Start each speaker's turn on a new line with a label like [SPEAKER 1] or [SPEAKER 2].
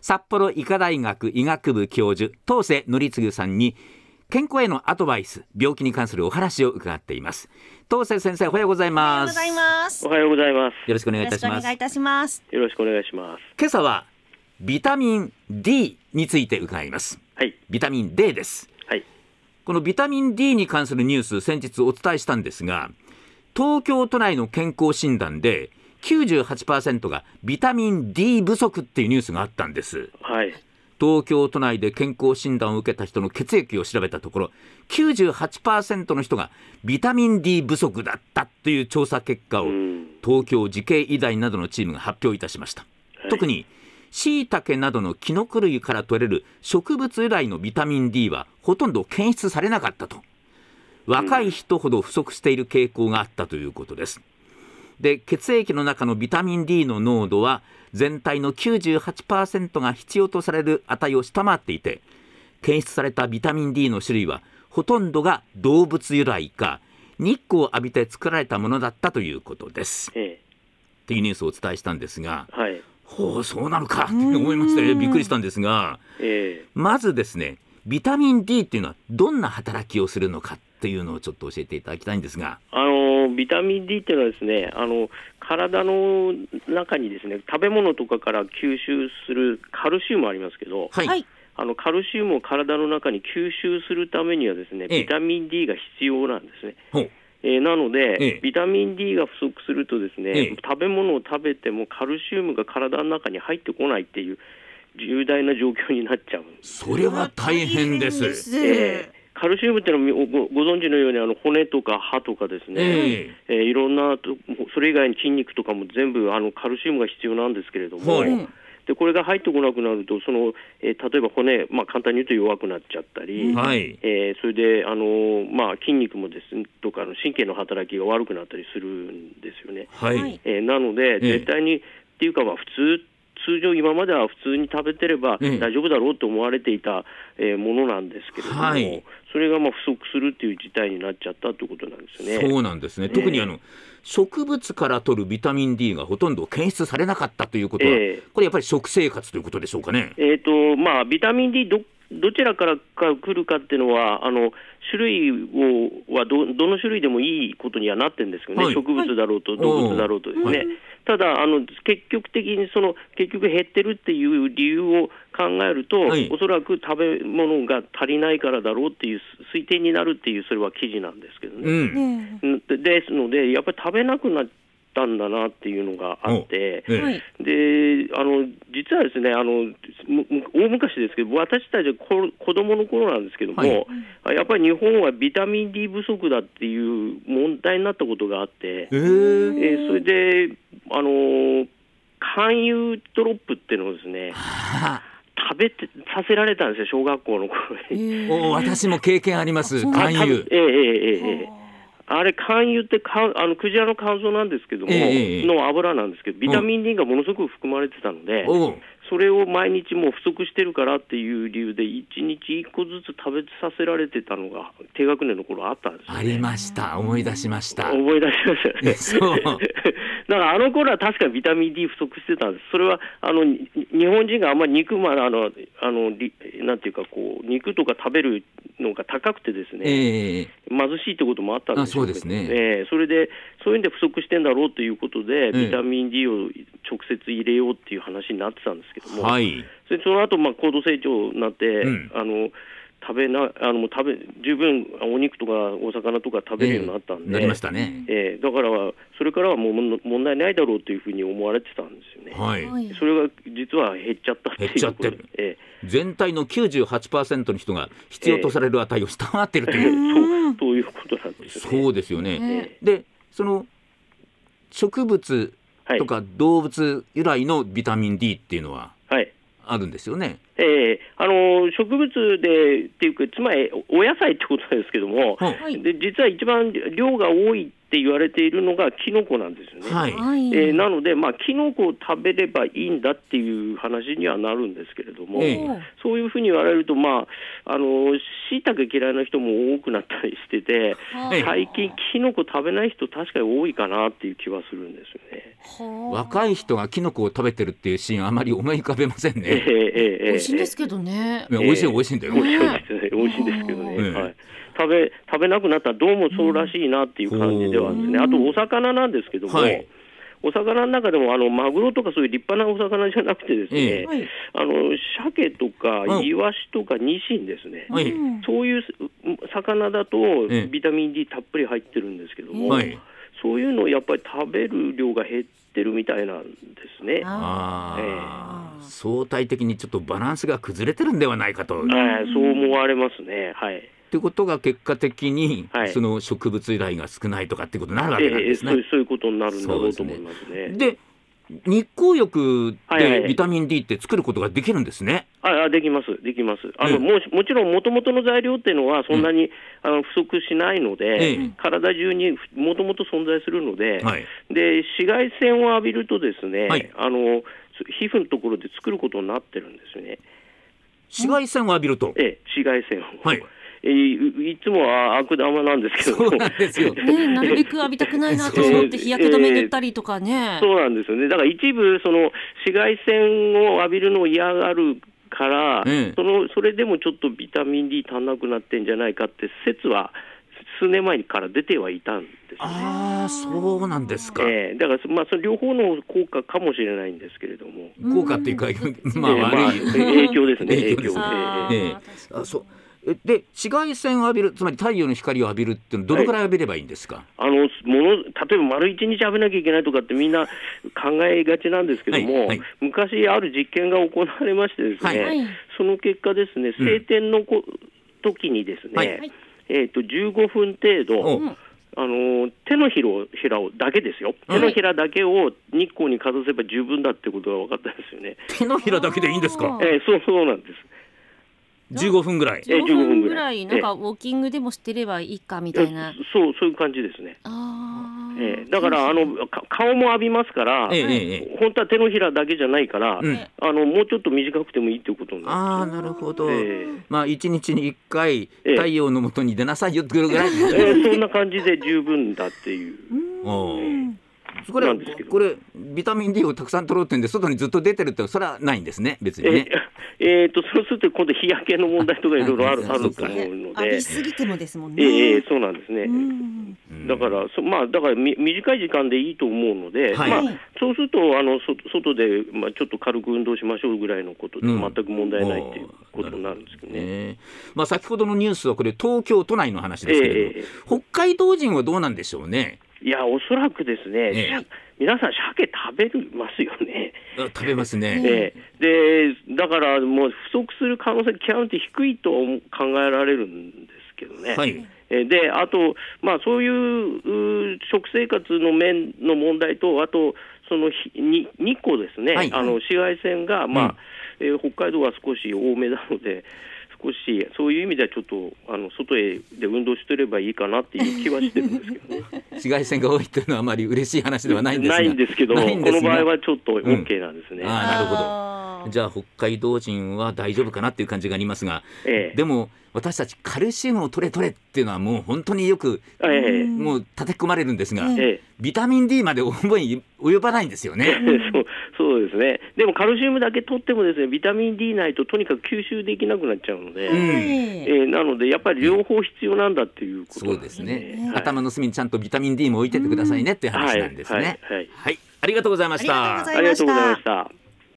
[SPEAKER 1] 札幌医科大学医学部教授東瀬則次さんに健康へのアドバイス病気に関するお話を伺っています東瀬先生おはようござい
[SPEAKER 2] おはよ
[SPEAKER 1] ま
[SPEAKER 2] うご
[SPEAKER 1] す
[SPEAKER 2] ざいます。
[SPEAKER 3] お
[SPEAKER 2] よ
[SPEAKER 3] はようございます。
[SPEAKER 1] よろしくお願いい
[SPEAKER 2] ろ
[SPEAKER 1] た
[SPEAKER 2] しく
[SPEAKER 1] し
[SPEAKER 2] お
[SPEAKER 1] ます
[SPEAKER 2] 願いいたします。
[SPEAKER 3] よろしくお願いします。
[SPEAKER 1] 今朝はビタミン D について伺います
[SPEAKER 3] はい。
[SPEAKER 1] ビタミン D です
[SPEAKER 3] はい。
[SPEAKER 1] このビタミン D に関するニュース先日お伝えしたんですが東京都内の健康診断で98%がビタミン D 不足っていうニュースがあったんです
[SPEAKER 3] はい。
[SPEAKER 1] 東京都内で健康診断を受けた人の血液を調べたところ98%の人がビタミン D 不足だったという調査結果を
[SPEAKER 3] うん。
[SPEAKER 1] 東京慈恵医大などのチームが発表いたしました、
[SPEAKER 3] はい
[SPEAKER 1] 特に椎茸などのキノコ類から取れる植物由来のビタミン D はほとんど検出されなかったと若い人ほど不足している傾向があったということですで血液の中のビタミン D の濃度は全体の98%が必要とされる値を下回っていて検出されたビタミン D の種類はほとんどが動物由来か日光を浴びて作られたものだったということです
[SPEAKER 3] ええ。
[SPEAKER 1] っていうニュースをお伝えしたんですが
[SPEAKER 3] はい。
[SPEAKER 1] ほうそうなのかって思いましたねびっくりしたんですが
[SPEAKER 3] ええ。
[SPEAKER 1] まずですねビタミン D っていうのはどんな働きをするのかっていうのをちょっと教えていただきたいんですが
[SPEAKER 3] あのビタミン D っていうのはですね、あの体の中にですね、食べ物とかから吸収するカルシウムありますけど、
[SPEAKER 1] はい、
[SPEAKER 2] はい。
[SPEAKER 3] あのカルシウムを体の中に吸収するためにはですね、
[SPEAKER 1] ええ
[SPEAKER 3] ビタミン D が必要なんですね。
[SPEAKER 1] ほう
[SPEAKER 3] えーなので、
[SPEAKER 1] ええ
[SPEAKER 3] ビタミン D が不足するとですね、
[SPEAKER 1] ええ
[SPEAKER 3] 食べ物を食べてもカルシウムが体の中に入ってこないっていう重大な状況になっちゃうんです
[SPEAKER 1] それは大変です
[SPEAKER 2] 大変です
[SPEAKER 3] えーカルシウムってのはごごご存知のようにあの骨とか歯とかですね、
[SPEAKER 1] え
[SPEAKER 3] えーいろんなとそれ以外に筋肉とかも全部あのカルシウムが必要なんですけれども、
[SPEAKER 1] はい
[SPEAKER 3] でこれが入ってこなくなるとその、えー例えば骨、まあ、簡単に言うと弱くなっちゃったり、
[SPEAKER 1] えはい
[SPEAKER 3] えーそれであのー、まあ、筋肉もですねとかあの神経の働きが悪くなったりするんですよね。
[SPEAKER 1] はい、
[SPEAKER 2] はい
[SPEAKER 3] えーなので、
[SPEAKER 1] ええ
[SPEAKER 3] 絶対に、っていうか、まあ、普通、通常、今までは普通に食べてれば
[SPEAKER 1] ええ
[SPEAKER 3] 大丈夫だろうと思われていた、えーものなんですけれども、
[SPEAKER 1] はい
[SPEAKER 3] それがまあ不足するっていう事態になっちゃったということなんですね。
[SPEAKER 1] そうなんですね、特にあの植物から取るビタミン D がほとんど検出されなかったということは、
[SPEAKER 3] ええ
[SPEAKER 1] これやっぱり食生活ということでしょうかね。
[SPEAKER 3] えーとまあ、ビタミン D どどちらからか来るかっていうのは、あの種類をはどどの種類でもいいことにはなってるんですけどね、
[SPEAKER 1] はい
[SPEAKER 3] 植物だろうと動物だろうとですね、
[SPEAKER 1] はい
[SPEAKER 3] ただあの、結局的にその、結局減ってるっていう理由を考えると、
[SPEAKER 1] はい
[SPEAKER 3] おそらく食べ物が足りないからだろうっていう推定になるっていう、それは記事なんですけど
[SPEAKER 1] う
[SPEAKER 3] ね。
[SPEAKER 1] ん、
[SPEAKER 2] ね
[SPEAKER 3] でですので、やっぱり食べなくなったんだなっていうのがあって。
[SPEAKER 1] ええ
[SPEAKER 2] はい。
[SPEAKER 3] であの実はですねあのむむ大昔ですけど私たちこ子供の頃なんですけども、
[SPEAKER 1] はい
[SPEAKER 3] やっぱり日本はビタミン D 不足だっていう問題になったことがあって、
[SPEAKER 1] え
[SPEAKER 3] え
[SPEAKER 1] え
[SPEAKER 3] ーそれであの勧誘ドロップっていうのをですね
[SPEAKER 1] は
[SPEAKER 3] 食べてさせられたんですよ小学校の頃に。
[SPEAKER 1] あお私も経験あります
[SPEAKER 2] そう
[SPEAKER 1] 勧誘
[SPEAKER 3] ええええええあれ、肝油ってかあのクジラの肝臓なんですけども、
[SPEAKER 1] ええええ
[SPEAKER 3] の油なんですけど、ビタミン D がものすごく含まれてたので、
[SPEAKER 1] おう
[SPEAKER 3] それを毎日もう不足してるからっていう理由で、1日1個ずつ食べさせられてたのが、低学年の頃あったんですよ、
[SPEAKER 1] ありました思い出しました。
[SPEAKER 3] 思い出しました ね
[SPEAKER 1] そう
[SPEAKER 3] だからあの頃は確かビタミン D 不足してたんです、それはあのに日本人があんまり肉まあのあのりなんていうかこう、肉とか食べるのが高くてですね、
[SPEAKER 1] ええ
[SPEAKER 3] 貧しいってこともあったんでし
[SPEAKER 1] あそ
[SPEAKER 3] ょ
[SPEAKER 1] うですね
[SPEAKER 3] ええそれで、そういうんで不足してんだろうということで、
[SPEAKER 1] ええ
[SPEAKER 3] ビタミン D を直接入れようっていう話になってたんですけども、
[SPEAKER 1] はい
[SPEAKER 3] それでその後まあ高度成長になって、
[SPEAKER 1] ん
[SPEAKER 3] あの食べなあのもう食べ十分お肉とかお魚とか食べるようになったん
[SPEAKER 1] ええ
[SPEAKER 3] で、
[SPEAKER 1] なりましたね
[SPEAKER 3] ええだからそれからはもうもの問題ないだろうというふうに思われてたんですよね。
[SPEAKER 1] はい
[SPEAKER 2] はい
[SPEAKER 3] それが実は減っちゃったっていうことで
[SPEAKER 1] 減っちゃっ
[SPEAKER 3] ええ
[SPEAKER 1] 全体の98%の人が必要とされる値を下回っているという、
[SPEAKER 3] そうそういうことなんですよね。
[SPEAKER 1] そうですよね、
[SPEAKER 2] ね
[SPEAKER 3] え
[SPEAKER 1] でその植物
[SPEAKER 3] はい
[SPEAKER 1] とか動物由来のビタミン D っていうのは
[SPEAKER 3] はい
[SPEAKER 1] あるんですよね。
[SPEAKER 3] ええあの植物でっていうか、つまりおお野菜ってことなんですけども、
[SPEAKER 1] はい
[SPEAKER 2] はい
[SPEAKER 3] で実は一番量が多いっって言われているのがキノコなんですよね。
[SPEAKER 1] はい。
[SPEAKER 2] はい。
[SPEAKER 3] えーなので、まあ、キノコを食べればいいんだっていう話にはなるんですけれども、
[SPEAKER 1] ええ
[SPEAKER 2] おう
[SPEAKER 3] そういうふうに言われると、まあ、あの椎茸嫌いな人も多くなったりしてて、
[SPEAKER 1] ええ
[SPEAKER 3] 最近、キノコ食べない人、確かに多いかなっていう気はするんですよね。
[SPEAKER 2] は
[SPEAKER 1] 若い人がキノコを食べてるっていうシーンあまり思い浮かべません
[SPEAKER 3] ええ
[SPEAKER 1] ね。
[SPEAKER 2] あ。
[SPEAKER 3] えええ
[SPEAKER 2] 美
[SPEAKER 3] え
[SPEAKER 2] 味しいんですけどね
[SPEAKER 1] い。や美味しい美味しいんだよ。
[SPEAKER 3] 美味しい
[SPEAKER 2] ね
[SPEAKER 3] ですね。美味しいんですけどね。
[SPEAKER 1] うん
[SPEAKER 3] はい。食べ食べなくなったらどうもそうらしいなっていう感じではあるんですね。
[SPEAKER 2] うん
[SPEAKER 3] あとお魚なんですけども、
[SPEAKER 1] はい
[SPEAKER 3] お魚の中でもあのマグロとかそういう立派なお魚じゃなくてですね、
[SPEAKER 1] ええ
[SPEAKER 2] はい。
[SPEAKER 3] あの鮭とか
[SPEAKER 1] うん
[SPEAKER 3] イワシとかニシンですね。
[SPEAKER 1] はい
[SPEAKER 2] うん
[SPEAKER 3] そういう魚だと
[SPEAKER 1] ええ
[SPEAKER 3] ビタミン D たっぷり入ってるんですけども、
[SPEAKER 1] はい。
[SPEAKER 3] そういうのをやっぱり食べる量が減ってるみたいなんですね。
[SPEAKER 1] ああ、相対的にちょっとバランスが崩れてるんではないかと。っ
[SPEAKER 3] はい、そう思われますね。はい。
[SPEAKER 1] てことが結果的に
[SPEAKER 3] はい
[SPEAKER 1] その植物由来が少ないとかってことになるわ
[SPEAKER 3] え
[SPEAKER 1] けなん
[SPEAKER 3] ええ
[SPEAKER 1] で
[SPEAKER 3] え
[SPEAKER 1] す
[SPEAKER 3] そ
[SPEAKER 1] ね
[SPEAKER 3] う。そういうことになるんだろうと思いますね。
[SPEAKER 1] で、日光浴
[SPEAKER 3] はいはい
[SPEAKER 1] で
[SPEAKER 3] はい
[SPEAKER 1] ビタミン D って作ることができるんですね。
[SPEAKER 3] ああできます、できます。あ
[SPEAKER 1] う
[SPEAKER 3] の
[SPEAKER 1] ん
[SPEAKER 3] もしもちろん、もともとの材料っていうのは、そんなに、あの不足しないので、
[SPEAKER 1] え
[SPEAKER 3] 体中にもともと存在するので、
[SPEAKER 1] え。はい。
[SPEAKER 3] で、紫外線を浴びると、ですね、
[SPEAKER 1] はい
[SPEAKER 3] あのつ皮膚のところで作ることになってるんですよね、
[SPEAKER 1] 紫外線を浴びると。
[SPEAKER 3] ええ、紫外線を。
[SPEAKER 1] はい。
[SPEAKER 3] えいいつもは悪玉なんですけど
[SPEAKER 1] そ
[SPEAKER 3] も
[SPEAKER 1] うなんですよ。
[SPEAKER 2] ね、なるべく浴びたくないなと思って日焼け止め塗ったりとかね。
[SPEAKER 3] そうなんですよね。だから一部、その紫外線を浴びるのを嫌がるから、
[SPEAKER 1] ええ
[SPEAKER 3] そのそれでもちょっとビタミン D 足んなくなってんじゃないかって説は数年前から出てはいたんですよね。
[SPEAKER 1] ああ、そうなんですか。
[SPEAKER 3] ええだからそ、まあ、その両方の効果かもしれないんですけれども、
[SPEAKER 1] 効果っていうか、 まあ
[SPEAKER 3] ええまあ
[SPEAKER 1] 悪い。
[SPEAKER 3] 影響ですね、
[SPEAKER 1] 影響で
[SPEAKER 3] 影響ですす
[SPEAKER 1] ね
[SPEAKER 3] ね。
[SPEAKER 2] あー
[SPEAKER 3] え
[SPEAKER 1] え
[SPEAKER 3] え
[SPEAKER 1] え
[SPEAKER 2] 確かに
[SPEAKER 1] あそうで紫外線を浴びるつまり太陽の光を浴びるっていうのはどのぐらい浴びればいいんですか、
[SPEAKER 3] あのもの例えば丸一日浴びなきゃいけないとかってみんな考えがちなんですけども、
[SPEAKER 1] はいはい
[SPEAKER 3] 昔ある実験が行われましてですね、
[SPEAKER 2] はい
[SPEAKER 3] その結果ですね、
[SPEAKER 1] うん
[SPEAKER 3] 晴天のこ、時にですね、
[SPEAKER 1] はい
[SPEAKER 2] はい
[SPEAKER 3] えっ、と15分程
[SPEAKER 1] お
[SPEAKER 3] 度、
[SPEAKER 2] うん
[SPEAKER 3] あのー手のひらをひらをだけですよ、
[SPEAKER 1] うん
[SPEAKER 3] 手のひらだけを日光にかざせば十分だってことが分かったんですよね。
[SPEAKER 1] 手のひらだけでいいんですか
[SPEAKER 2] あー
[SPEAKER 3] えーそうそうなんです。
[SPEAKER 1] 15分ぐらい
[SPEAKER 3] ええ
[SPEAKER 2] 15
[SPEAKER 3] 15分
[SPEAKER 2] 分ぐ
[SPEAKER 3] ぐ
[SPEAKER 2] ら
[SPEAKER 3] ら
[SPEAKER 2] い
[SPEAKER 3] い
[SPEAKER 2] なんかウォーキングでもしてればいいかみた
[SPEAKER 3] え
[SPEAKER 2] いな。
[SPEAKER 3] そうそういう感じですね。
[SPEAKER 2] あー
[SPEAKER 3] えーだからあのか顔も浴びますから、
[SPEAKER 1] ええええええ
[SPEAKER 3] 本当は手のひらだけじゃないから、
[SPEAKER 1] うん
[SPEAKER 3] あのもうちょっと短くてもいいっていうことになる。
[SPEAKER 1] ああなるほど、
[SPEAKER 3] ええ
[SPEAKER 1] まあ1日に1回
[SPEAKER 3] ええ
[SPEAKER 1] 太陽のもとに出なさいよってぐらい、
[SPEAKER 3] えーそんな感じで十分だっていう。
[SPEAKER 1] おーこ
[SPEAKER 3] な
[SPEAKER 1] れ
[SPEAKER 3] んですけど
[SPEAKER 1] これビタミン D をたくさん取ろうってんで外にずっと出てるってそれはないんですね別にね、
[SPEAKER 3] えーえーとそうすると今度日焼けの問題とかいろいろある
[SPEAKER 1] あ
[SPEAKER 3] あ
[SPEAKER 1] そ
[SPEAKER 3] ると
[SPEAKER 1] うか
[SPEAKER 3] 思うの
[SPEAKER 4] 浴
[SPEAKER 3] で
[SPEAKER 4] び、すぎてもですもん
[SPEAKER 3] え
[SPEAKER 4] ね。
[SPEAKER 3] ーえーそうなんですね。
[SPEAKER 4] うん
[SPEAKER 1] うん
[SPEAKER 3] だから、そまあ、だからみ短い時間でいいと思うので、
[SPEAKER 1] はい
[SPEAKER 3] まあ、そうするとあのそ外で、まあ、ちょっと軽く運動しましょうぐらいのことで、
[SPEAKER 1] うん
[SPEAKER 3] 全く問題ないっていうことになるんですけどね。
[SPEAKER 1] ええまあ、先ほどのニュースはこれ東京都内の話ですけれども、
[SPEAKER 3] ええ
[SPEAKER 1] 北海道人はどうなんでしょうね
[SPEAKER 3] いや、おそらくですね、
[SPEAKER 1] ええ
[SPEAKER 3] しゃ皆さん、鮭食べますよね。
[SPEAKER 1] あ食べますね、
[SPEAKER 3] ええでだからもう不足する可能性極めて低いと思う考えられるんですけどね。
[SPEAKER 1] はい
[SPEAKER 3] えーであと、まあ、そういううー食生活の面の問題と、あとその日に日光ですね、
[SPEAKER 1] はい
[SPEAKER 3] あの紫外線が、まあえー北海道は少し多めなので、少しそういう意味ではちょっとあの外へで運動してればいいかなっていう気はしてるんですけどね、
[SPEAKER 1] 紫外線が多いというのはあ まり嬉しい話ではないんですが
[SPEAKER 3] ないんですけど、
[SPEAKER 1] な
[SPEAKER 3] こ
[SPEAKER 1] いんです
[SPEAKER 3] の
[SPEAKER 1] が
[SPEAKER 3] 場合はちょっと OK なんですね。
[SPEAKER 1] あーなるほど
[SPEAKER 2] あー
[SPEAKER 1] じゃあ北海道人は大丈夫かなっていう感じがありますが、
[SPEAKER 3] ええ
[SPEAKER 1] でも私たちカルシウムを取れ取れっていうのはもう本当によく
[SPEAKER 3] ええ
[SPEAKER 4] うん
[SPEAKER 1] もう叩き込まれるんですが、
[SPEAKER 4] え
[SPEAKER 3] ええ
[SPEAKER 1] ビタミン D まで思い及ばないんですよね。
[SPEAKER 3] そうそうですね、でもカルシウムだけ取っても、ですねビタミン D ないととにかく吸収できなくなっちゃうので、
[SPEAKER 1] う
[SPEAKER 4] は
[SPEAKER 1] ん
[SPEAKER 4] い
[SPEAKER 3] えーなので、やっぱり両方必要なんだっていうこと
[SPEAKER 1] そ
[SPEAKER 3] なん
[SPEAKER 1] うですね、
[SPEAKER 3] はい
[SPEAKER 1] 頭の隅にちゃんとビタミン D も置いててくださいねっていう話なんですね。
[SPEAKER 3] はいはいはい
[SPEAKER 1] はい、ありがとうございました。
[SPEAKER 4] ありがとうございました
[SPEAKER 3] ありがとうございました。